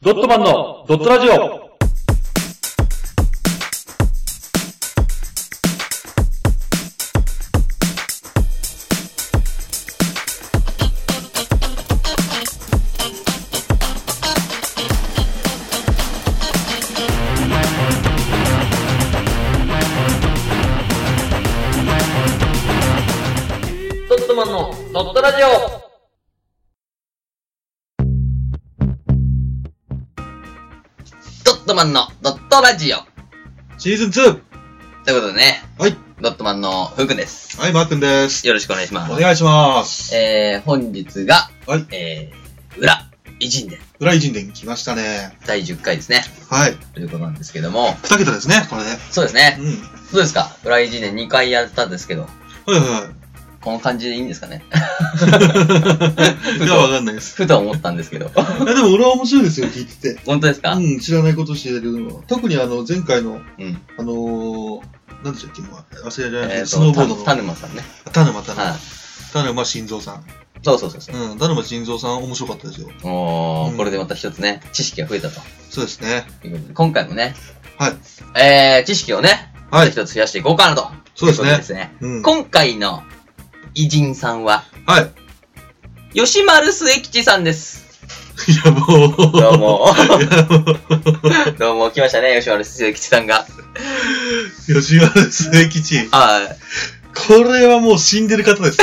ドットマンのドットラジオドットマンのドットラジオドットマンのドットラジオシーズン 2! ということでね、はい。ドットマンのふうくんです。はい、マー君です。よろしくお願いしまおす。願いします。えー、本日が、はいえー、裏、偉人伝、裏偉人伝来ましたね。第10回ですね、はい。ということなんですけども、二桁ですね、これね。そうですね、うん。どうですか裏偉人伝2回やったんですけど、はいはこの感じでいいんですか ねい。いや、わかんないです。ふと思ったんですけど、いや、でも俺は面白いですよ、聞いてて。本当ですか、うん、知らないことしてるのは。特にあの、前回の、うんあのー、なんでしたっけ、もう忘れられない、えーとスノーボードの。た田田沼さんね。沼、田はい沼。。田沼晋三さん。そうそうそうそう。うん、田沼晋三さん面白かったですよ。おー、うんこれでまた一つね、知識が増えたと。そうですね。いうことで今回もね、はい。えー、知識をね、はい一つ増やしていこうかなと。そうですねいことですね。うん。今回の偉人さんは、はい。 吉丸末吉さんです。いや、もう。どうも。 いやもう。どうも、来ましたね、吉丸末吉さんが。吉原末吉。はこれはもう死んでる方 です。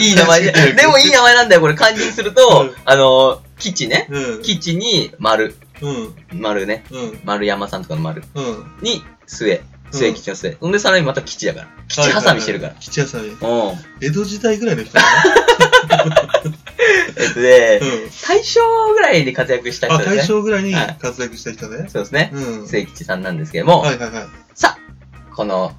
い。いい名 前で。吉丸でもいい名前なんだよ、これ漢字にすると、うんあの、吉ね。うん。吉に丸。うん。丸ね。うん。丸山さんとかの丸。うん。に末。末吉の末。ほんで、さらにまた吉だから。吉ハサミしてるから。はいはいはい吉ハサミ。うん。江戸時代ぐらいの人だえっとね、ね。大正ぐらいで活躍したうん。あ、人ですね。大正ぐらいにはい活躍した人ね。そうですね。うん。末吉さんなんですけども、はいはいはい。さあ、この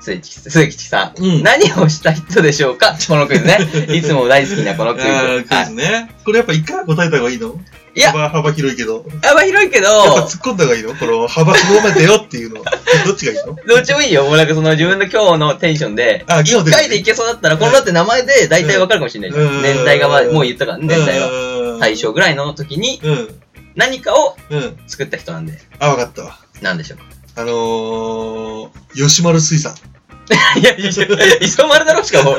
末吉末吉さん、うん何をした人でしょうかこのクイズ ね。いつも大好きなこのクイズ。あークイはズね。これやっぱ一回答えた方がいいのいや幅幅広いけど。やっい、幅広いけど、ぱ突っ込んだ方がいいのこの幅広めてよっていうのは。どっちがいいのどっちもいいよ。もうなんかその自分の今日のテンションで、あ、今一日回でいけそうだったら、このだって名前で大体わかるかもしれないじゃ。うんん年代がまあ、もう言ったからね、年代は。は大正。ぐらいの時にうん。何かをうん。作った人なんで、あ、わかったわ。何でしょう か。あのー、吉丸水産。いや、いや 磯丸だろ、しか も。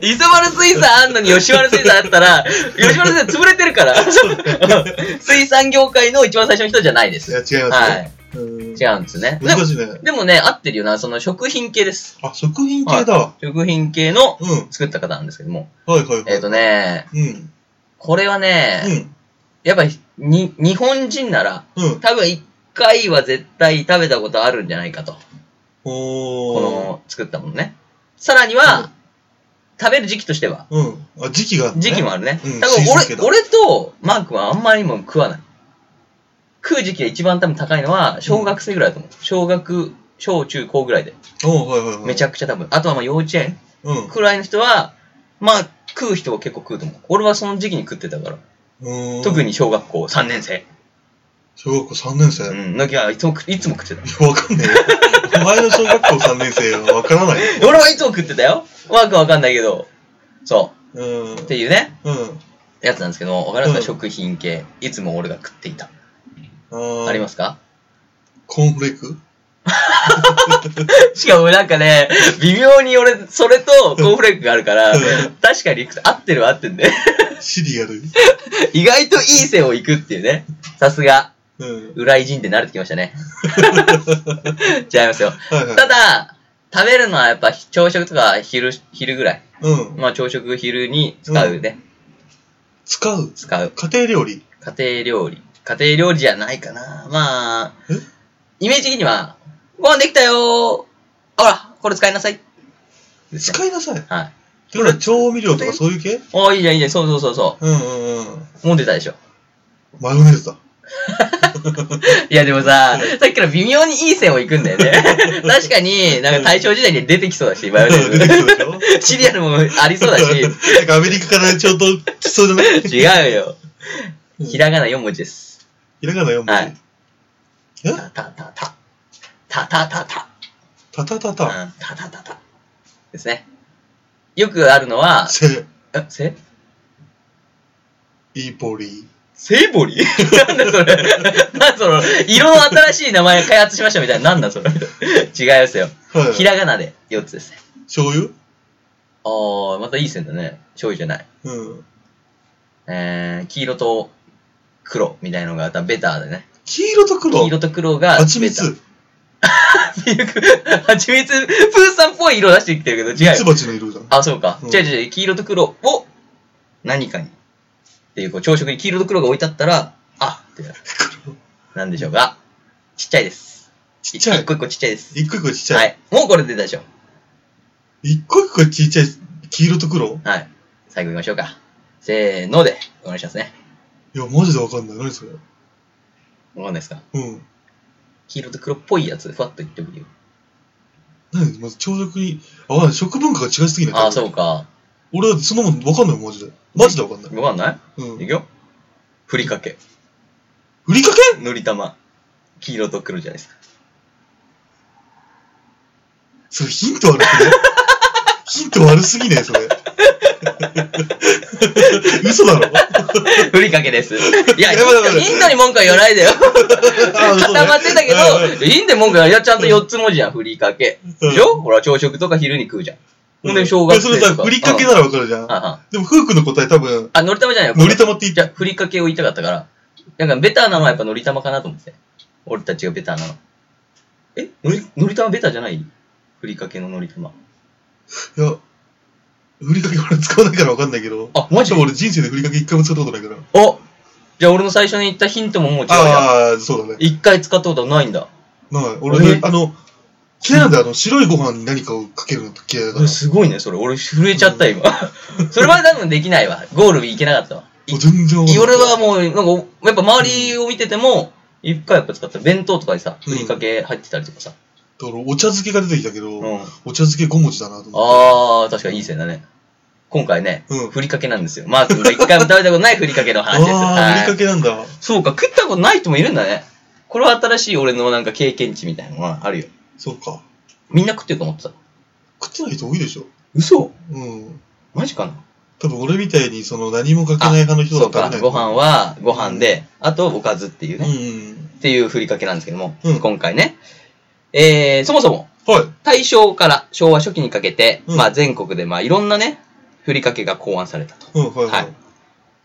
磯丸水産あんのに吉丸水産あったら、吉丸水産潰れてる から。 水産業界の一番最初の人じゃないでいす。や、違いますはね。い。うん違うんですね。でも難しいね。でもね、合ってるよな、その食品系です。あ、食品系だわ。食品系のうん。はい作った方なんですけども。はいはい。えっ、とね、うん。これはうね、ん。やっぱりに日本人なら、うん。多分一回は絶対食べたことあるんじゃないかと。こおー。の作ったものね。さらには、食べる時期としては、うん。あ、時期がある、ね。時期もあるね。うん多シーズン系分だ俺、俺とマークはあんまりもう食わない。食う時期が一番多分高いのは、小学生ぐらいだと思う。小学、小中高ぐらいで。おーはいはいはい。めちゃくちゃ多分。あとはまあ幼稚園うん。うくらいの人は、まあ食う人は結構食うと思う。俺はその時期に食ってたから。ーん特。に小学校3年生。小学校3年生。ういん。の時はいつも食、いつも食ってた。 や、わかんねえよ。お前の小学校3年生はわからない。俺はいつも食ってたよ。マークはわかんないけど。そうん。う。っていうね、うん。やつなんですけど、わかりますか、うん食品系。いつも俺が食っていた。あ。ありますすかコーンフレーク しかもなんかね、微妙に俺、それとコーンフレークがあるからうん、確かに合ってるは合ってんで、 シリアル。意外といい線を行くっていうね。さすが、うん。裏偉人って慣れてきました ね。違いますよ。はいはい。ただ、食べるのはやっぱ朝食とか昼、昼ぐらい。うん。まあ朝食昼に使うね。使う。使う。家庭料理。家庭料理。家庭料理じゃないかな。まあえ、イメージ的には、ご飯できたよーほら、これ使いなさい。ですね使いなさい。はい。ほら、調味料とかそういう系おーいいじゃん、いいじゃん、そうそうそうそう。うんうんうん。もう出たでしょ。マヨネーズだ。いやでもさ、さっきから微妙にいい線を行くんだよ ね。確かに、なんか大正時代に出てきそうだし、マヨネ出てきそうーでしょズ。 シリアルもありそうだし、なん かアメリカからちょうど来そうじゃない 違うよ。うんひらがな4文字です。ひらがな4文字。はいえたたたた。たたたた。たたたうた。んたたたた。ですね。よくあるのは、せ、えせイポリ。セイボリー なんだそれ。なんだその、色の新しい名前開発しましたみたいな。なんだそれ。違いますよ。はい。ひらがなで4つですね。醤油ああ、またいい線だね。醤油じゃない。うん。えー、黄色と黒みたいのが、ベターでね。黄色と黒黄。色と黒が、蜂ベター蜜。。ミルク 蜂蜜、プーさんっぽい色出してきてるけど、違ミうツよ。バチの色じゃん。あ、そうか。うん違う違う違う、黄色と黒を何かに。っていう、こう、朝食に黄色と黒が置いてあったら、あってなる。なんでしょうか。ちっちゃいです。ちっちゃ一い。個一個ちっちゃいです。一個一個ちっちはゃい。い。もうこれで出たでしょ。一個一個ちっちゃい。黄色と黒はい。最後行きましょうか。せーので、お願いしますね。いや、マジでわかんない。何それ。わかんないですかうん。黄色と黒っぽいやつ、ふわっと言ってみるよ。何まず朝食に、あ、わかんない食文化が違いすぎないああ、そうか。俺だってそんなもんわかんないもん、マジで。マジでわかんない。わかんなういいん。くよ。ふりかけ。ふりか塗り玉。黄色と黒じゃないですか。 けそれヒント悪くねヒント悪すぎねそれ。 嘘だ ろふりかけ です。いや、いやヒンまだまトだヒントに文句は言わないで よ。あ嘘ね固まってたけはいど、いいんで文句言わないいや、ちゃんと4つ文字じゃん、ふりかけ。うんでしょほら、朝食とか昼に食うじゃん。ほんで、正で月それさ、ふりかけならわかるじゃん。あ、でも、フー君の答え多分、のり玉じゃないよ。のり玉って言っじて、ゃふりかけを言いたかったから、なんかベターなのはやっぱのり玉かなと思って。俺たちがベターなの。えのり、のり玉ベターじゃないふりかけののり玉。いや、ふりかけ俺使わないからわかんないけど、あ、マジ多分俺人生でふりかけ一回も使ったことないから。おじゃあ俺の最初に言ったヒントももう違うじゃん。ああ、そうだね。一回使ったことないんだ。ない。俺ねえ、あの、嫌なんであの、白いご飯に何かをかけるのって嫌いだから。すごいね、それ。俺震えちゃった、 今。それは多分できないわ。ゴールいけなかったわ。いもう全然わかんない。俺はもう、なんか、やっぱ周りを見てても、一回やっぱ使った弁当とかにさ、ふりかけ入ってたりとかさ。だからお茶漬けが出てきたけど、うおん。茶漬け5文字だなと思って。あー、確かにいい線だね。今回ね、うんふりかけなんですよ。マー君が一回も食べたことないふりかけの話です。あー、はふりかい。けなんだ。そうか、食ったことない人もいるんだね。これは新しい俺のなんか経験値みたいなのはあるよ。そうか。みんな食ってると思ってた。食ってない人多いでしょ。嘘うん。マジかな多分俺みたいに、その、何もかけない派の人そだうったらか、ね。ご飯はご飯で、あとおかずっていううね、ん。っていうふりかけなんですけども、うん今回ね。えー、そもそも、はい。大正から昭和初期にかけて、うんまあ全国でまあいろんなね、ふりかけが考案されたと。うん、はいははいい。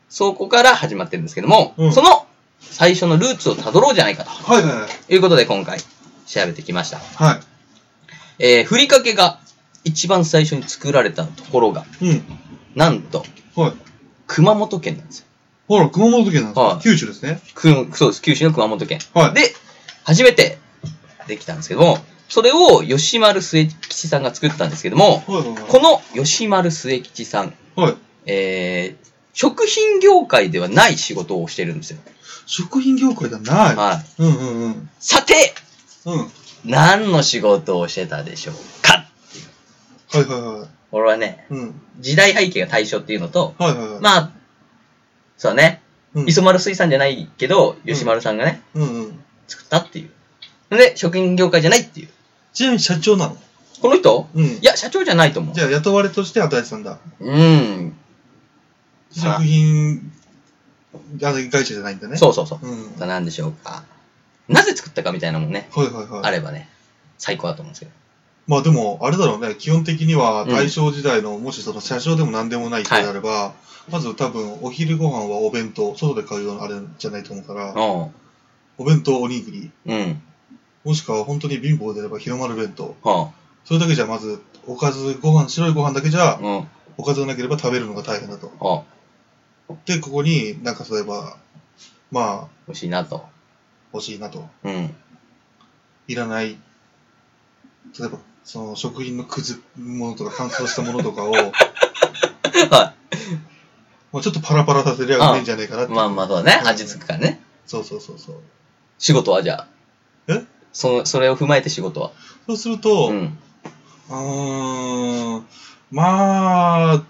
そこから始まってるんですけども、うんその最初のルーツをたどろうじゃないかとはいはいはい。いうことで今回調べてきました。はえー、ふりかけが一番最初に作られたところが、い。うん。なんとはい。熊本県なんですよ。ほら、熊本県なんですはかい九州ですね。くそうです、九州の熊本県。はい。で、初めてできたんですけども、それを吉丸末吉さんが作ったんですけども、はいはいこの吉丸末吉さん、はい。はい。えー、食品業界ではない仕事をしてるんですよ。食品業界じゃなはい。い。うんうんうん。さて、うん。はい何の仕事をしてたでしょうかはいはこれはね、い。うん。時代背景が対象っていうのと、はいはいはい。まあ、そうね、うん磯丸水産じゃないけど、うん吉丸さんがね、うんうん。作ったっていう。で、食品業界じゃないっていう。ちなみに社長なのこの人うん。いや、社長じゃないと思うじ。ゃあ雇われとして働いてたんだ。うん。食品、あの、会社じゃないんだね。そうそうそう。うん。はいなんでしょうか。なぜ作ったかみたいなもんね、はいはい。あればね、最高だと思うんですけど。まあでも、あれだろうね、基本的にはうん大正時代の、もしその社長でも何でもない人であれば、まず多分お昼ご飯はお弁当、外で買うようなあれじゃないと思うから、おお弁当おにぎり、うん。うん。もしくは本当に貧乏であれば広まる弁当。はそれだけじゃまず、おかず、ご飯、白いご飯だけじあ。ゃ、うん。はおかずがなければ食べるのが大変だと。あ。で、ここになんか例えば、まあ、欲しいなと。欲しいなと。うん。いらない、例えば、その食品のくずものとか乾燥したものとかを、 はまあちょっとパラパラさせりゃうめえんじゃないかなっい。て。まあまあ、そうだね。うん味付くからね。そうそうそうそう。仕事はじゃあ。えその、それを踏まえて仕事は。そうすると、う。うんーん、まあ、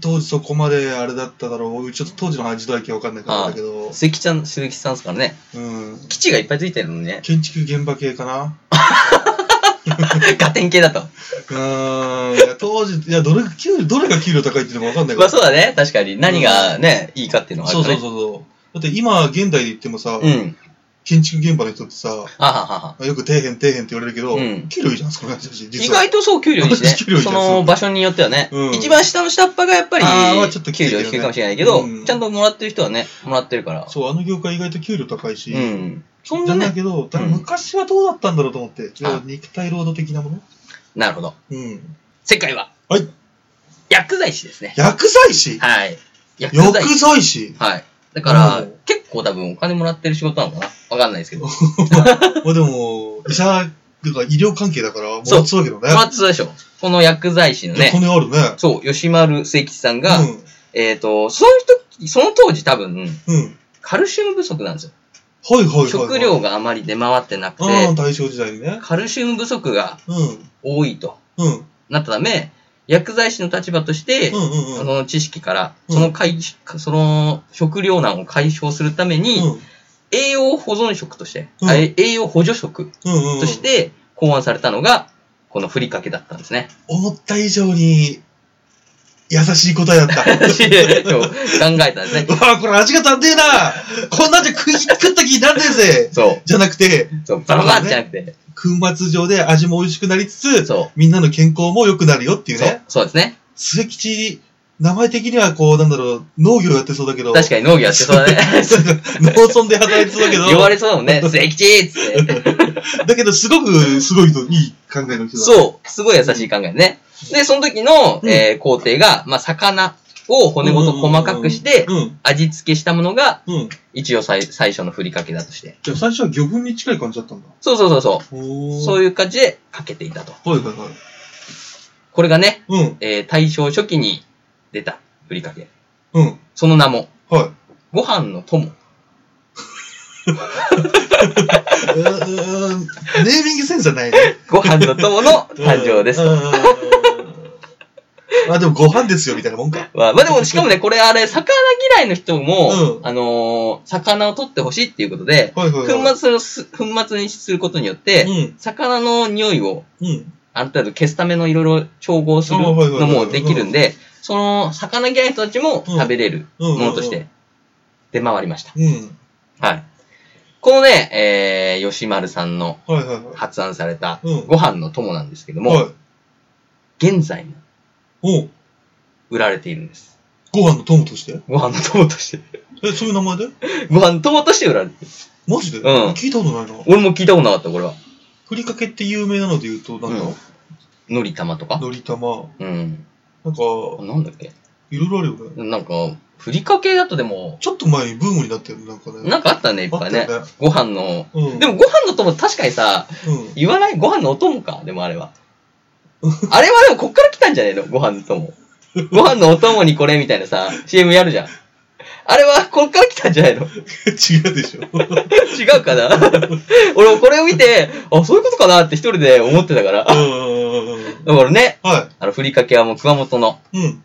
当時そこまであれだっただろう。ちょっと当時の時代はわかんないからあれだけど、鈴木ちゃん、鈴木さんですからね。うん、 基地がいっぱいついてるのにね。建築現場系かなガテン系だと。ーんいや当時、いや、どれが給料、どれが給料高いっていうのもわかんないかまら。あそうだね。確かに。何がね、いいかっていうのはあるそうからそね。うそうそう。だって今、現代で言ってもさ、うん。建築現場の人ってさ、よはははは。く底辺底辺って言われるけど、うん給料いいじゃん、その話だし、意実は。外とそう、給料いいしね。 給料いいじそゃんの場所によってはね、うん一番下の下っ端がやっぱりあーまあちょっと給きついけど料ね低いかもしれないけど、うんちゃんともらってる人はね、もらってるから。そう、あの業界意外と給料高いし、うん。そんじなゃないね。けど、ただうん昔はどうだったんだろうと思って、いやあ肉体労働的なものなるほど。うん。世界は、はい。薬剤師ですね。薬剤師はい。薬剤薬師。剤師はい。だから、うん結構多分お金もらってる仕事なのかなわかんないですけど。まあでも、医者、とか医療関係だから、もそうらってたわけどね。まあ、そうでしょ。この薬剤師のいやね、金あるね。そう、吉丸誠吉さんが、うん。えっ、と、その人、その当時多分、うん。カルシウム不足なんですよ。はいはいはい、はい。食料があまり出回ってなくうん、て、大正時代にね。カルシウム不足がうん。多いとうん。うんなったため、薬剤師の立場として、うんうそん。の知識から、うんその解、その食糧難を解消するために、うん栄養保存食として、うんあえ栄養補助食うんうん。として考案されたのが、このふりかけだったんです ね。 思った以上に、優しい答えだった。 そう考えたんですね。わあ、これ味が足んねえなこんなんじゃ食い、食った気になんねえぜそう。じゃなくて、そう、バラバラじゃなくて、粉末状で味も美味しくなりつつ、そ。みんなの健康も良くなるよっていううそうね。そうですね。末吉、名前的にはこう、なんだろう、農業やってそうだけど、確かに農業やってそうだね。 農村で働いてそうだけど、呼ばれそうだもんね。関吉っつって。だけどすごく、すごい人、いい考えの人だ。う。そう。すごい優しい考えね。で、その時の、うんえー工程が、まあ、魚を骨ごと細かくしてう、ん。味付けしたものが、うん。一応最最初のふりかけだとして。じゃあ最初は魚粉に近い感じだったんだ。そうそうそうそおう。ー。そういう。いう感じでかけていたと。はいはいはい。これがね、うん。えー大正初期に出たふりかけ。うん。その名も、はい。ご飯の友。うーんネーミングセンスはないね。ご飯の友の誕生ですうんと。うんうんうんあ、でもご飯ですよ、みたいなもんか。まあ、まあでも、しかもね、これあれ、魚嫌いの人も、うんあのー魚を取ってほしいっていうことで、はいはいはい。粉末をす粉末にすることによって、うん。魚の匂いをうん。ある程度消すためのいろいろ調合するあはいはいはいのもできるんで、その魚嫌いの人たちも食べれるうもん。のとして。出回りました。うん。はい。このね、えー、吉丸さんのはいはいはい。発案されたうんご飯の友なんですけども、はい。現在もおう売られているんです。ご飯の友として。ご飯の友として。 え、そういう名前でご飯の友として売られてる。マジでうん聞いたことないな。俺も聞いたことなかった、これは。ふりかけって有名なので言うと、なんうんか、のり玉とか。のり玉、うん。なんか、あなんだっけいろいろあるよね。なんか、ふりかけだとでも、ちょっと前にブームになってるなんかね。なんかあったね、いっぱいあねったよね。ご飯の、うん。でもご飯の友確かにさ、うん。 言わないご飯のお供か、でもあれは。あれはでもこっから来たんじゃねえのご飯の友。ご飯のお供にこれみたいなさ、CM やるじゃん。あれはこっから来たんじゃないの違うでしょ。違うかな俺もこれを見て、あ、そういうことかなって一人で思ってたから。うだんうんうんうん。からね、はあの、ふりかけはもう熊本のい。うん。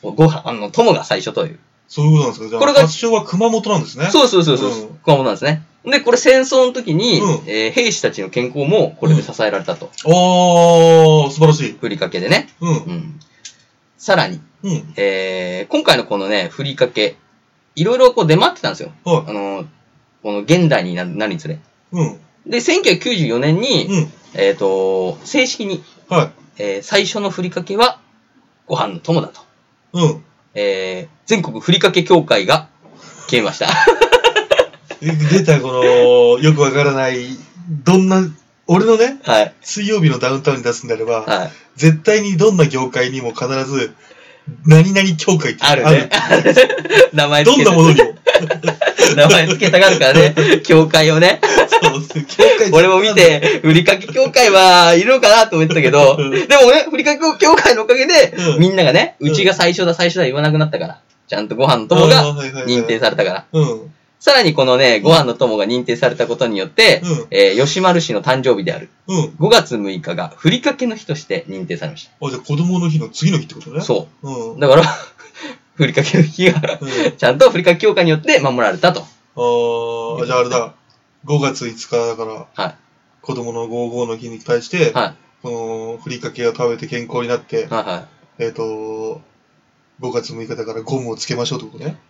ご飯あの友が最初という。そういうことなんですかじゃあ、これが発祥は熊本なんですね。そうそうそうそう、うん熊本なんですね。で、これ戦争の時に、うんえー兵士たちの健康もこれで支えられたと。おー、素晴らしい。ふりかけでね。うう。んん。さらに、うん。えー今回のこのね、ふりかけ、いろいろこう出回ってたんですよ。はあのーこの現代になるなるにつれ。い。うん。で、1994年に、うん。えっ、と、正式に、はい。えー最初のふりかけは、ご飯の友だと。うん。えー全国ふりかけ協会が消えました。 出た、この、よくわからない、どんな、俺のね、はい。水曜日のダウンタウンに出すんであれば、はい。絶対にどんな業界にも必ず、何々協会ってあるね。名前ど付んけたなものにも。名前付けたがるから ね。協会をね。 そう、協会俺も見。て、ふりかけ協会はいるのかなと思ってたけど、でうんもね、ふりかけ協会のおかげで、うんみんながね、うんうちが最初だ最初だ言わなくなったから、ちゃんとご飯の友が認定さされたから。うん。うん。さらにこのね、ご飯の友が認定されたことによって、うんえー吉丸氏の誕生日であるうん。 5月6日がふりかけの日として認定されましあ、じゃあ子供の日の次の日ってことね。。た。そううう。ん。だから、 ふりかけの日が、うんちゃんとふりかけ協会によって守られたと。ああ、じゃああれだ。5月5日だから、は子供の55の日に対してい。、はこの、ふりかけを食べて健康になっはて、いはえっ、と、5月6日だからゴムをつけましょうってことね。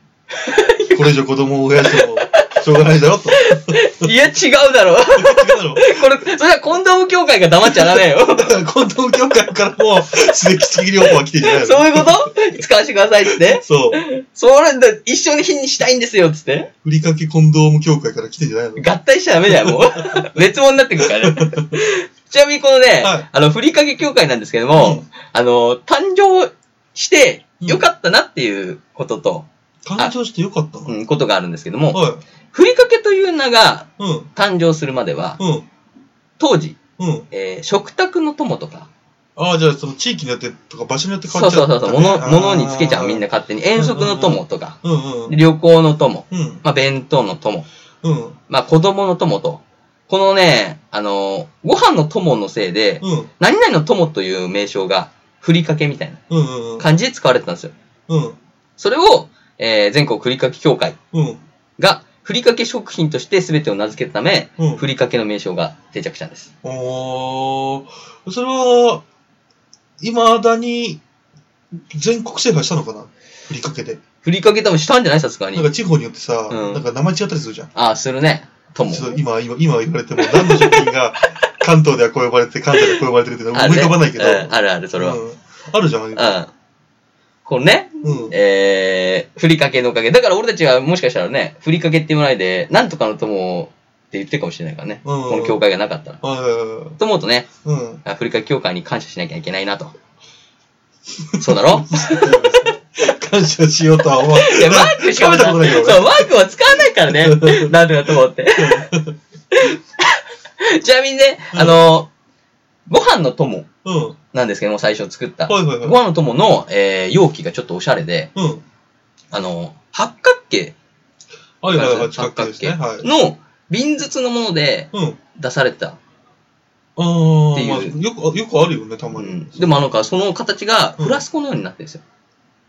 これ以上子供を増やしてもしょうがない だろと。 い。いや、違うだろ。 違うだろ。これ、それはコンドーム協会が黙っちゃならねえよ。 だから、コンドーム協会からも、すできすぎりオファー来てんじゃないのそういうこと使わせてくださいっつって。そう。それで、一緒に日にしたいんですよっつって。ふりかけコンドーム協会から来てんじゃないの合体しちゃダメだよ、も う。別物になってくるからね。ちなみにこのね、はいあの、ふりかけ協会なんですけども、うんあの、誕生してよかったなっていうことと、誕生してよかったな。うん、ことがあるんですけども、はい。ふりかけという名がうん。誕生するまでは、うん。当時、うん。えー食卓の友とか、ああ、じゃあ、その地域によってとか場所によって変そわうっちゃそううそうそう、もの、ものにつけちゃうみんな。な勝手に、遠足の友とか、うんうん。旅行の友、うん。まあ、弁当の友、うん。まあ、子供の友と、このね、あの、ご飯の友のせいで、うん。何々の友という名称が、ふりかけみたいなうん。うん。感じで使われてたんですよ。うん。それを、えー全国ふりかけ協会うん。が、ふりかけ食品として全てを名付けたため、うん。ふりかけの名称が定着したんです。おー。それは、いまだに、全国制覇したのかなふりかけで。ふりかけ多分したんじゃないさすがになん。か地方によってさ、うんなんか名前違ったりするじゃん。ああ、するね。友。ちょっと今、今、今言われても、何の食品が 関東ではこう呼ばれて、関東ではこう呼ばれてるっていうのはあ思るいね浮かばないけど。うんあるある、それは。ううんあるじゃん。うん。ん。このね、えー、ふりかけのおかげ。だから俺たちはもしかしたらね、ふりかけって言わないで、なんとかの友って言ってるかもしれないからね。うんこの協会がなかったら。あと思うとね、ーうん。あふりかけ協会に感謝しなきゃいけないなと。そうだ ろ感謝しようとは思わいや、マークしかも食べさたことないけどねそう、マークは使わないからね。 なんとかと思って。ちなみにね、あの、ご飯の友うん。なんですけども、最初作った。はいはいごはい。飯の友の、えー容器がちょっとおしゃれで、うん。あの、八角形はいはいはい。八近く角ですね。形はい。の瓶筒のものでうん。出されてた。あってー、いうまあ、よく、あよくあるよね、たまうにん。でもあのか、その形がフラスコのようになってるんですよ。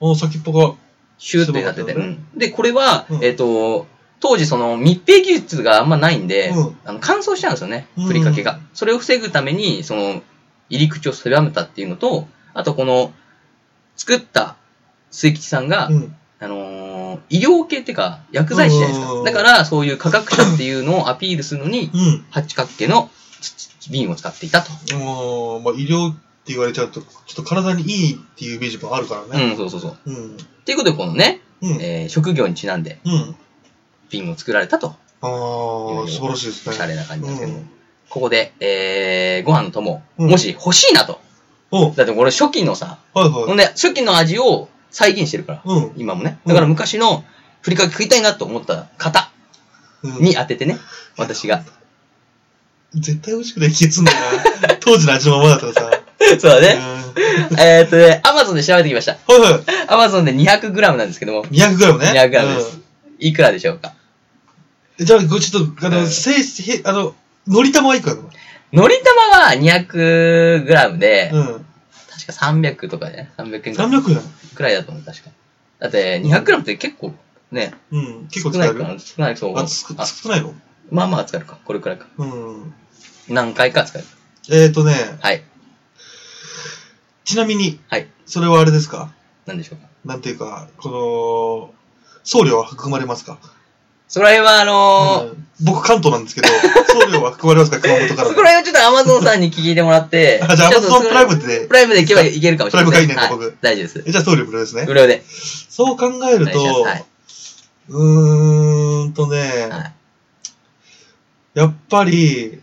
あー先っぽが。シューってなってて。そううなんんで、これは、うんえっ、と、当時その密閉技術があんまないんで、うんあの乾燥しちゃうんですよねう、んふりかけが。それを防ぐために、その、入り口を狭めたっていうのと、あとこの、作った末吉さんが、うん。あのー医療系っていうか、薬剤師じゃないですうか。んだから、そういう科学者っていうのをアピールするのに、うん。八角形の瓶を使っていたと。あーまあ、医療って言われちゃうと、ちょっと体にいいっていうイメージもあるからね。うん、そうそうそう。うん。っていうことで、このね、うん。えー職業にちなんで、うん。瓶を作られたと。ああ、素晴らしいですおね。しゃれな感じなんですけど、うんここで、えー、ご飯の友、うんもし欲しいなと。おだって俺初期のさ、はいほはんい。で、初期の味を再現してるから、うん今もね。うんだから昔のふりかけ食いたいなと思った方うん。に当ててね、私が。 絶対美味しくない気がすんだな。 当時の味のままだったらさ。そうだうんね。えーっとね、アマゾンで調べてきました。はいはアマゾンで 200g なんですけども、い。200g ね。 200g です。いくらでしょうかうん。じゃあ、ごちょっと、あうの、んせい、へあの、のり玉はいくらなののり玉は 200g で、うん。確か300とかね、300円ぐらい300円。くらいだと思う、確か。だって、200g って結構ね、うん。結少構使なえいるかな少ない、そう。あ、つく、あ少ないのまあまあ使えるか。これくらいか。うん。何回か使える。えーとね、はい。ちなみに、はい。それはあれですか何でしょうか。なんていうか、この、送料は含まれますかそこら辺は、あのーうん僕関東なんですけど、 送料は含まれますか熊本かそらこの。ら辺はちょっとアマゾンさんに聞いてもらって。 あじゃあちょっと Amazon そこらプライムでプライムで行けばいけるかもしれない。プライム会員なんではい僕大丈夫です。えじゃあ送料無料ですね無。料で。そう考えおる願いします。はいと、。うーんとね、はいやっぱり、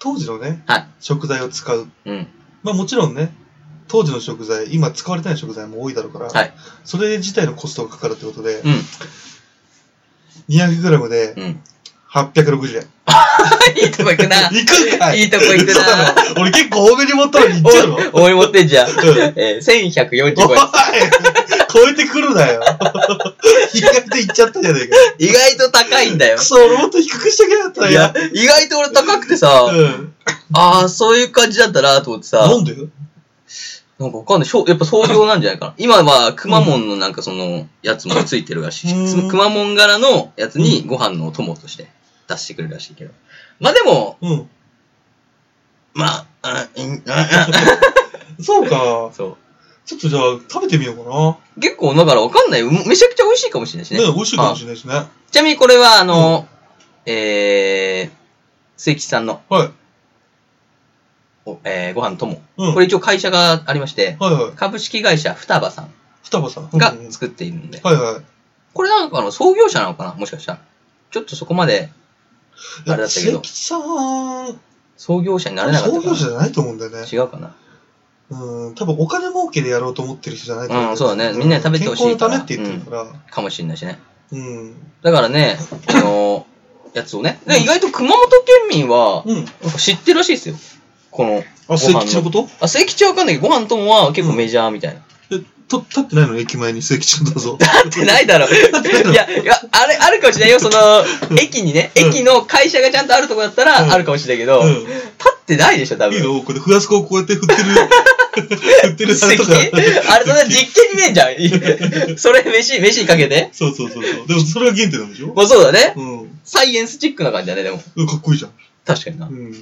当時のね、はい食材を使う。うん。まあもちろんね、当時の食材、今使われてない食材も多いだろうから、はい。それ自体のコストがかかるってことで、うん。 200g でうん。 860円。 いいとこ行く な。いくんかいいいとこ行く嘘だな。ろ俺結構多めに持ったのにいっちゃうのお、おい持ってんじゃん。んえー、1145円おい。超えてくるなよ。意外といっちゃったじゃねえか。意外と高いんだよく。そ、俺もっと低くしとけなかったいやや。、意外と俺高くてさ、うん。ああ、そういう感じだったなと思ってさ。なんでよなんかわかんない。しょやっぱ創業なんじゃないかな。今は、くまモンのなんかその、やつもついてるらしい。うんくまモン柄のやつにご飯のお供として出してくれるらしいけど。まあでも、うん。まあ、あ、ん、あ、 そうかあ。。そちょっとじゃあ、食べてみようかう。結構、だからわかんない。うめちゃくちゃ美味しいかもしれないしね。な。ね、美味しいかもしれないですね。はちなみにこれは、あの、えー、鈴木さんの、い。おえー、ご飯の友。うんこれ一応会社がありまして、はいはい。株式会社双葉さん双葉さん。がうんうん作っているんで、はいはい。これなんかあの創業者なのかなもしかしたら。ちょっとそこまであれだったけど関さん、創業者になれなかった創かな業者じゃないと思うんだよね。違うかなうん、多分お金儲けでやろうと思ってる人じゃないと思うんそうだねみんなに食べてほしい健か康らのためって言ってるから。かもしれないしね。うん。だから ね、あの、やつをね。で、意外と熊本県民は、うん。なんか知ってるらしいですよ。この、あ、末吉のことあ、正吉はわかんないけど、ご飯ともは結構メジャーみたいな。え、と、立ってないの駅前に末吉の だぞ。ってない だろ。いや、いや、あれ、あるかもしれないよ。その、駅にね、うん駅の会社がちゃんとあるとこだったうんら、あるかもしれないけど、立うってないでしょ、多ん。いい分。のこれ、フラスコをこうやって振って る、振ってるさ石と器か。あれ、そんな実験に見えんじゃん。それ、飯、飯にかけて。 そうそうそうそう。でもそれが原点なんでしょまあそうだね。うん。サイエンスチックな感じだね、でも。うんかっこいいじゃん。確かになう。ん。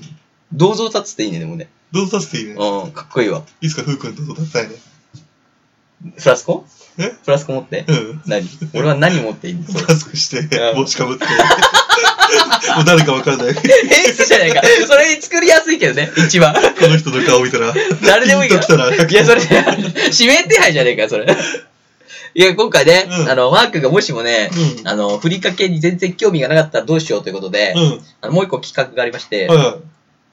銅像立つっていいね、でもね。どうぞ立つっていいね。うん、かっこいいわ。いつかふうくんどうぞ立てたいね。フラスコえフラスコ持ってうん。何俺は何持っていいんだ フラスコして、うん帽子かぶって。 もう誰かわからない。こ変質じゃないか。それ作りやすいけどね、一番。の人の顔見たら。 誰でもいいかピンときたらら。いや、それ、 指名手配じゃねえかよ、それ。 いや、今回ね、うんあの、マー君がもしもね、うんあの、ふりかけに全然興味がなかったらどうしようということで、うあのもう一個企画がありまして、ん。は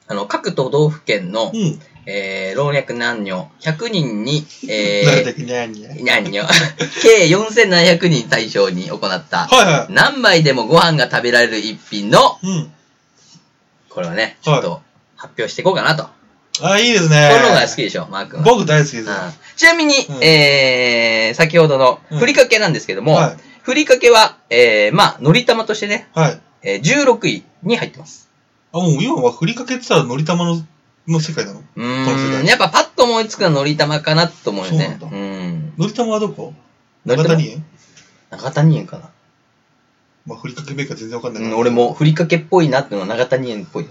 あの、各都道府県のい、はい。うん。えー、老若男女100人に、え誰だっー、けにゃんにゃん。はい男女、 計4700人対象に行った、は何杯でもご飯が食べられる一品の、い。うん。これはね、ちょっと発表していこうかなと。あ、いいですこね。ういうのが好きでしょ、マー君は。僕大好きです。はうんちなみに、うんえー、先ほどのうんふりかけなんですけども、い。ふりかけは、えー、まあ、のり玉としてね、はい。えー16位に入ってます。あ、もう今は振りかけてたらのり玉の、の世界なのうそうですーん、ねやっぱパッと思いつくのはのり玉かなと思うよね。そううなんん。のり玉はどこのり中玉谷園長谷園かな。まあ、ふりかけメーカー全然わかんなうい、ん、俺。もふりかけっぽいなってのは長谷園っぽいよ。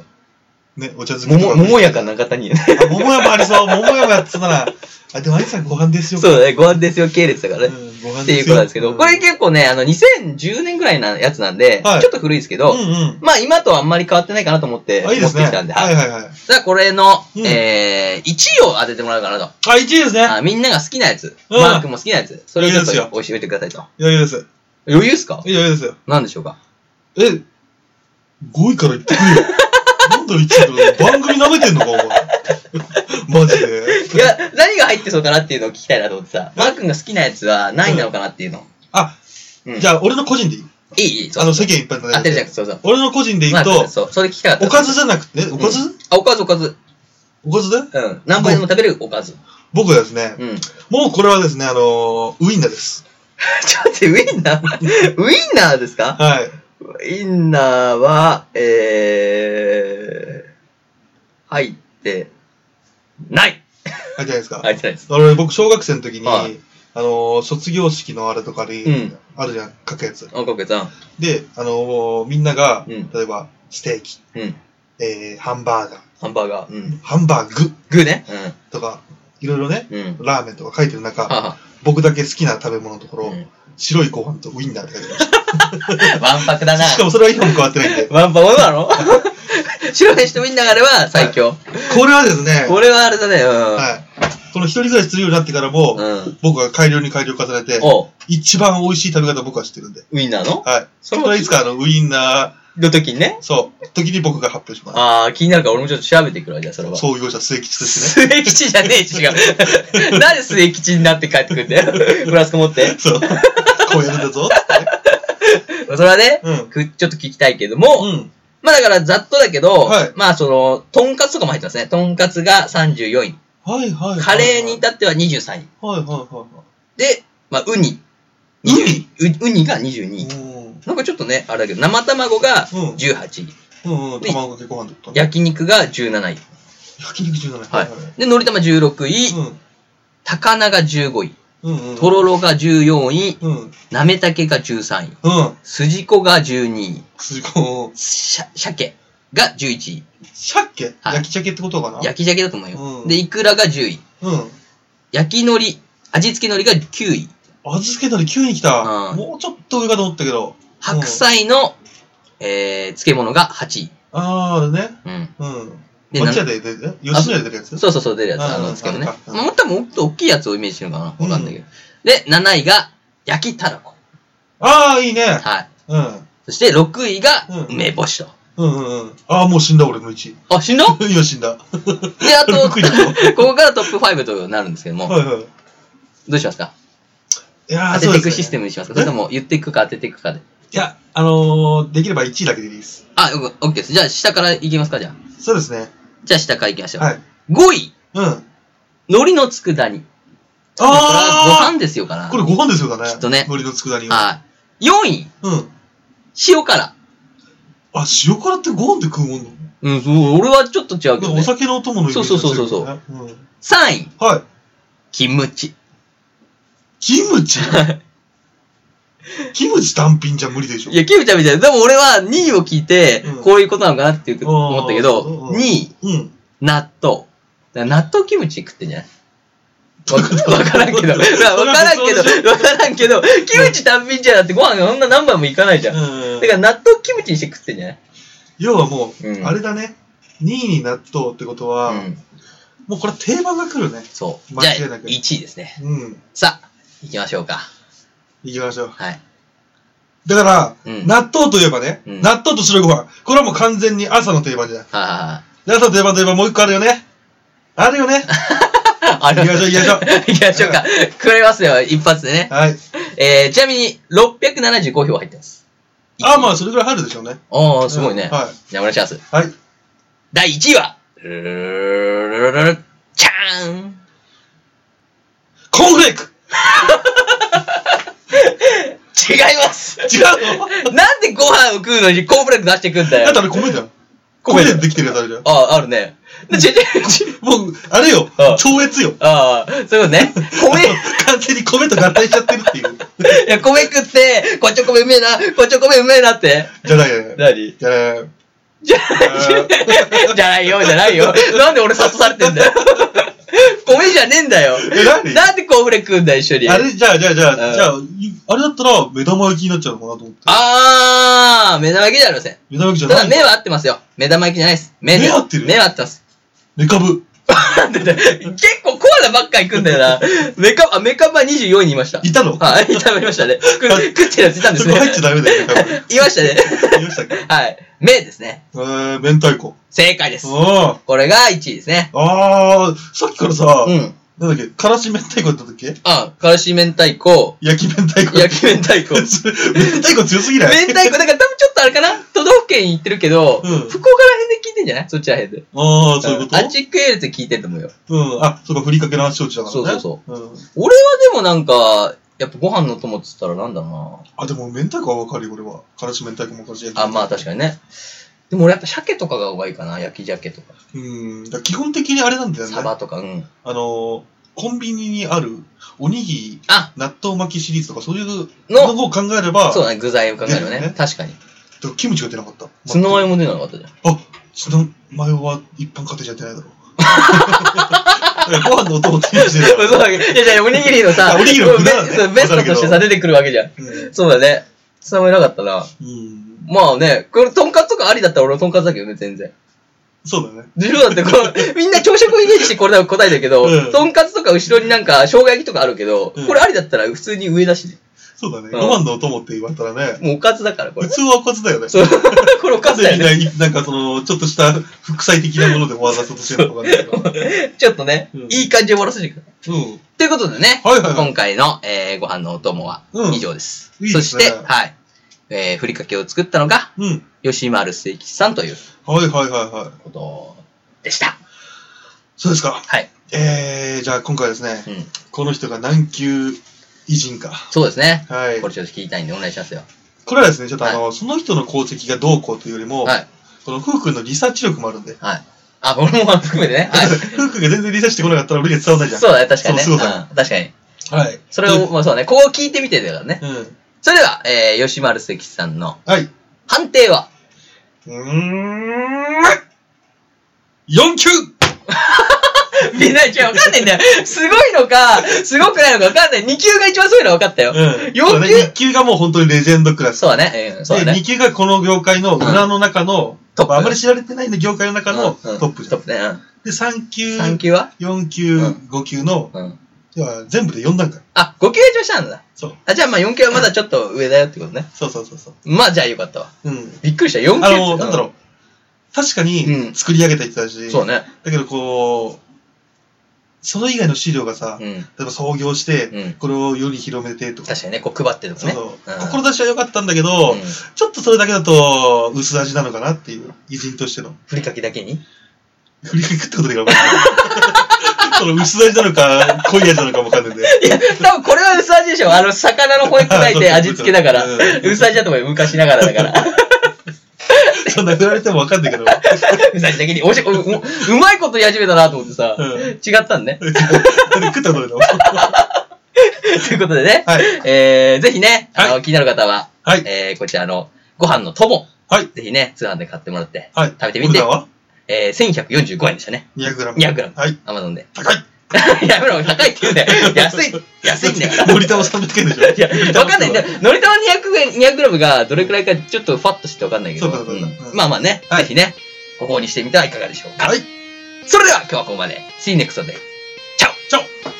ね、お茶漬もけとも、か。ももやか長谷園。あ、桃山ありそう。桃山やってたな。あ、でもあいつはご飯ですよ。そうだね、ご飯ですよ系列だからね。うん、ご飯ってでいうこすとよ。なんですけど、これ結構ね、あの、2010年ぐらいなやつなんで、はいちょっと古いですけ構ど、うんうん。まあ今とはあんまり変わってないかなと思ってあ、いい持でっすてね。きたんで、はいはいはい。じゃあこれの、うんえー、1位を当ててもらうかなと。あ、1位ですね。あみんなが好きなやつ。うんマークも好きなやつ。それをちょっいいですよと教えてくださいと。余裕です。余裕っすか余裕ですよ。何でしょうかえ、5位から言っ てくれよ。なんだろ、1位だろ。番組舐めてんのか、お前。 マジで。いや、何が入ってそうかなっていうのを聞きたいなと思ってさ。マー君が好きなやつは何位なのかなっていうの。あ、うん。じゃあ、俺の個人でいいいいいい、そあう。の、世間一般の当てるじゃなくて、そうそう。俺の個人で言マうー君、と、そう。それ聞きたかった。おかずじゃなくて、えおかず、うんあ、おかずおかず。おかずでうん。何杯でも食べれるおかず。僕はですね、うん。 ちもうこれはですね、あのー、ウインナーです。ょっと待って、ウインナー、ウインナーですかはい。ウインナーは、えー、入って、ないあれじゃないですか。入ってないです。俺、僕、小学生の時に、はいあのー、卒業式のあれとかに、うんあるじゃん、書くやつ。あ、かけさん。で、あのー、みんなが、うん例えば、ステーキ、うん。えー、ハンバーガー、ハンバーガー。うん。ハンバーググーね。とか、いろいろね、うん。うん。ラーメンとか書いてる中、はは。僕だけ好きな食べ物のところ、うん白いご飯とウインナーって書いてま しわんぱくだた。な。しかもそれは今も変わってない んで。わんぱくなの白飯とウインナーがあれば最強。これはですね、これはあれだね。うん。はい。この一人暮らしするようになってからも、うん。僕は改良に改良を重ねて、お一番美味しい食べ方を僕は知ってるんで。ウインナーのはい。そそれれははいつかあの、ウインナの時にねー、。そう、時に僕が発表しまあー、気になるから俺もちょっと調べていくわ、じゃあそれは。す。創業者末吉として末吉じゃねえし、違 う。なんで末吉になって帰ってくるん だよ。フラスコ持ってね。。 そう。こうやるんだぞ、つそれはね、うんくちょっと聞きたいけども、ってね。うん。まあだからざっとだけど、はいまあその、とんかつとかも入ってますね。とんかつが34位。はいはいはい。カレーに至っては23位。はいはいはで、まあウニ。ウニウウニがい22位。はい。なんかちょっとね、あれだけど、生卵が18位。うん。うんうん。卵かけご飯だったね。焼肉が17位。焼肉中だね。はいはいはい。で、のり玉16位。うん。高菜が15位。うんうん。とろろが14位。うん。うん。なめたけが13位。うん。すじこが12位。すごい。しゃ、鮭が11位。鮭はい焼き鮭ってことかな焼き鮭だと思うよ。うんで、イクラが10位。うん。焼き海苔、味付け海苔が9位。味付けたり急に来た。うんもうちょっと上かと思ったけど。白菜の、えー、漬物が8位。あーね。うん。うん。でこっちやで、でで吉野家で出るやつそうそうそう、出るやつ、ああーの漬物ねある。かまあもっともっと大きいやつをイメージしてるのかなうんわかんないけど。で、7位が、焼きたらこ。あー、いいね。はい。うん。そして6位がうん、梅干しと。うんうんうん。あー、もう死んだ俺の1位。あ、 死んだいや、死んだ。で、あと、こ福井の こからトップ5となるんですけども、はいはい。どうしますかいやー当てそうてでいすねくシステムにしますかそれとも言っていくか当てていくかで。いや、あのー、できれば1位だけでいいです。あ、うん OK です。じゃあ下から行きますか、じゃあ。そうですね。じゃあ下から行きましょう。はい。 5位、うん。あ海苔の佃煮。これはごあ飯ですよかな。これご飯ですよだね。きっとね海苔の佃煮は。はい。4位、うん。塩辛。あ、塩辛ってご飯で食うもんだ。うん、そう、俺はちょっと違うけど、なんかね。3お酒のお供のイメージが強いけどねうん位、はい。キム チ。キムチキムチ単品じゃ無理でしょい。や、キムチはみたいな。でも俺は2位を聞いてうん、こういうことなのかなっていう思ったけど、うん2位、うん。納豆。だから納豆キムチ食ってんじゃないわ わからんけど、わからんけそれは別ど、わからんけど、キムチ単品じゃなくてご飯がそんな何杯もいかないじゃん。だうんから納豆キムチにして食ってんじゃない要はもう、うんあれだね。2位に納豆ってことは、うん。もうこれ定番が来るね。そう。じゃ間あ、違いなく1位ですね。うん。さあ、行きましょうか。行きましょう。はい。だから、うん納豆といえばね、うん納豆と白いご飯。これはもう完全に朝の定番じゃない。あで朝の定番といえばもう一個あるよね。あるよね。あ、あれ行きましょう行きましょ う行きましょうか。くれますよ、一発でね。はい。えー、ちなみに、675票入ってます。あ、まあ、それぐらい入るでしょうね。おー、すごいね。うんはいじゃあ、お願いします。はい。第1位は、ルルルルルルルチャーンコーンフレーク違います違うのなんでご飯を食うのにコーンフレーク出してくんだだっよてあれ米じゃん。米米だよでできてるやつあるじゃん。ああ、あるね。でちょちょちょもう、あれよああ、超越よ。ああ、そういうことね。米、 完全に米と合体しちゃってるっていう。いや、米食って、こっちの米うめえな、こっちの米うめえなって。じゃないよね。何じゃないよね。じゃない、 じゃないよ、じゃないよ。なんで俺諭されてん だよ。米じゃねえんだよ。え何なんでコーンフレーク食うんだよ、一緒に。あれ、じゃあ、じゃあ、じゃあ、うんじゃあ、いあれだったら目玉焼きになっちゃうのかなと思って。あー、目玉焼きじゃありません。目玉焼きじたゃだない。目は合ってますよ。目玉焼きじゃないです。目で目合ってる目は合ってます。 メカブ。なんでだよ結構コアなばっか行くんだよな。メカ、あ、メカバ24人いました。いたのはい、食べましたね。食食ってるやついたんですそねこ。入っちゃダメだよ、メカブ。いましたね。言いましたっ けはい。目ですね。え ー、明太子。正解です。あこれが1位ですね。あ。ああ、さっきからさ、うん。なんだっけ、からし明太子だったっけあ、からし明太子、焼き明 太子。焼き明太子。それ 明太子強すぎ明ない太子、だから多分ちょっとあれかな都道府県に行ってるけど、うん福岡ら辺で聞いてんじゃないそっちら辺で。ああ、そういうことあっち系列で聞いてると思うよ。うん。あ、そうか、ふりかけの話をちだからね。そうそうそう。うん。俺はでもなんか、やっぱご飯の友っつったらなんだろうな。あ、でも明太子はわかるよ、俺は。からし明太子もわかるし。あ、まあ確かにね。でも俺やっぱ鮭とかが多いかな。焼き鮭とか。に。うん。だから基本的にあれなんだよね。サバとか、うん。あの、コンビニにある、おにぎり、あ納豆巻きシリーズとか、そういうののを考えれば、そうだね、具材を考える出るねね。確かに。だからキムチが出なかった。ツノマヨも出なかったじゃん。あ、ツノマヨは一般家庭じゃ出ないだろう。 だからご飯のお供って言うして そうる。だけどいや、じゃあおにぎりのさ、あおにぎりの具だねベそうベストとしてさ、出てくるわけじゃん。そうだね。ツナマヨなかったな。うん。うん。まあね、これ、とんかつとかありだったら俺はとんかつだけどね、全然。そうだね。自分だってこ う、みんな朝食イメージしてこれだ答えだけど、うんとんかつとか後ろになんか、生姜焼きとかあるけど、うんこれありだったら普通に上だしね。そうだね。んご飯のお供って言われたらね、もうおかずだから、こ普れ。通はおかずだよね。そう、これおかずだよね。ななんかその、ちょっとした副菜的なもので終わらせとしてるのかな。ちょっとね、うんいい感じで終わらせていく。うん。ということでね、はいはいはい今回の、えーご飯のお供はうん以上です。いいそでしすて、ねはい。えーふりかけを作ったのが、うん。吉丸末吉さんというはいはいはいはい。ことでした。そうですか。はい。えー、じゃあ今回はですねう、ん。この人が何級偉人か。そうですね。はいこ。れちょっと聞きたいんでお願いしますよ。これはですね、ちょっとあの、その人の功績がどうこうというよりも、はい。この夫婦のリサーチ力もあるんで、はい。あ、これも含めてね。はい。 夫婦が全然リサーチしてこなかったら俺には伝わらないじゃん。そうだね、確かにね。、そううんそうだ確かに。はい。それを、まあそうだね、こう聞いてみてだからね。うん。それでは、えー吉丸末吉さんの はい。判定はうーん、4級みんな一応わかんないんだよ。 すごいのか、すごくないのかわかんない。2級が一番すごいのはわかったよ。うん要求そうね一級がもう本当にレジェンドクラス。そうだね。うん、そうだで、ね二。級がこの業界の裏の中の、トップあまり知られてないんで業界の中のうんうんトップじトゃッん。プね。で、3級うん、、3級は4級、うん5級の、うん。要は全部で4段階。あ、5級が一番下なんだ。そう。あ、じゃあまあ4級はまだちょっと上だよってことね。そうそうそうそう。まあじゃあよかったわ。うん。びっくりした。4級あの、なんだろう。確かうんに作り上げた人たち、そうね。だけどこう、その以外の資料がさ、う例ん。えば創業して、うんこれを世に広めてとか。確かにね、こう配ってるとかそうね。そう。ん志は良かったんだけど、うんちょっとそれだけだと薄味なのかなっていう、偉人としての。ふりかけだけに振りかけたことでか分かんない。その薄味なのか、濃い味なのかも分かんないんで。いや、多分これは薄味でしょ。あの、魚の骨砕いて味付けだからうん。薄味だと思うよ。昔ながらだから。そんな振られても分かんないけど。薄味だけに。おしうううまいこと言い始めたなと思ってさ。うん違ったんね。食ったことないの。ということでね。はい。えー、ぜひね、あの、は気になる方は、はいえー、こちらの、ご飯の友、はい。ぜひね、通販で買ってもらって、はい。食べてみてお値段はえー、1145円でしたね。 200g。 200g はい。アマゾンで。 高い。やめろ、高いって言うね。安い、安いんだ から。のりたま300円でしょ。いや、わかんないんだよ。のりたま200円、200グラムがどれくらいかちょっとファッとしてわかんないけど。そうかそうかんうんまあまあね、はいぜひね、ご購入してみてはいかがでしょうか。はい。それでは今日はここまで。See you next time. チャオチャオ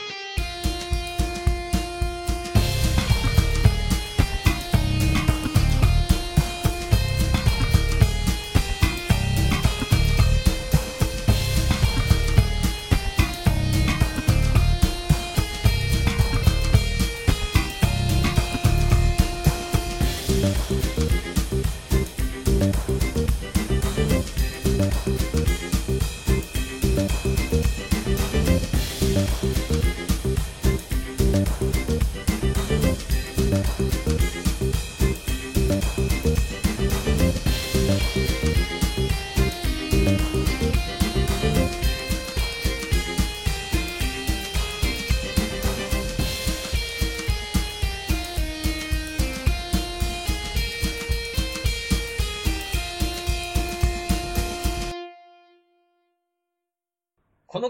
この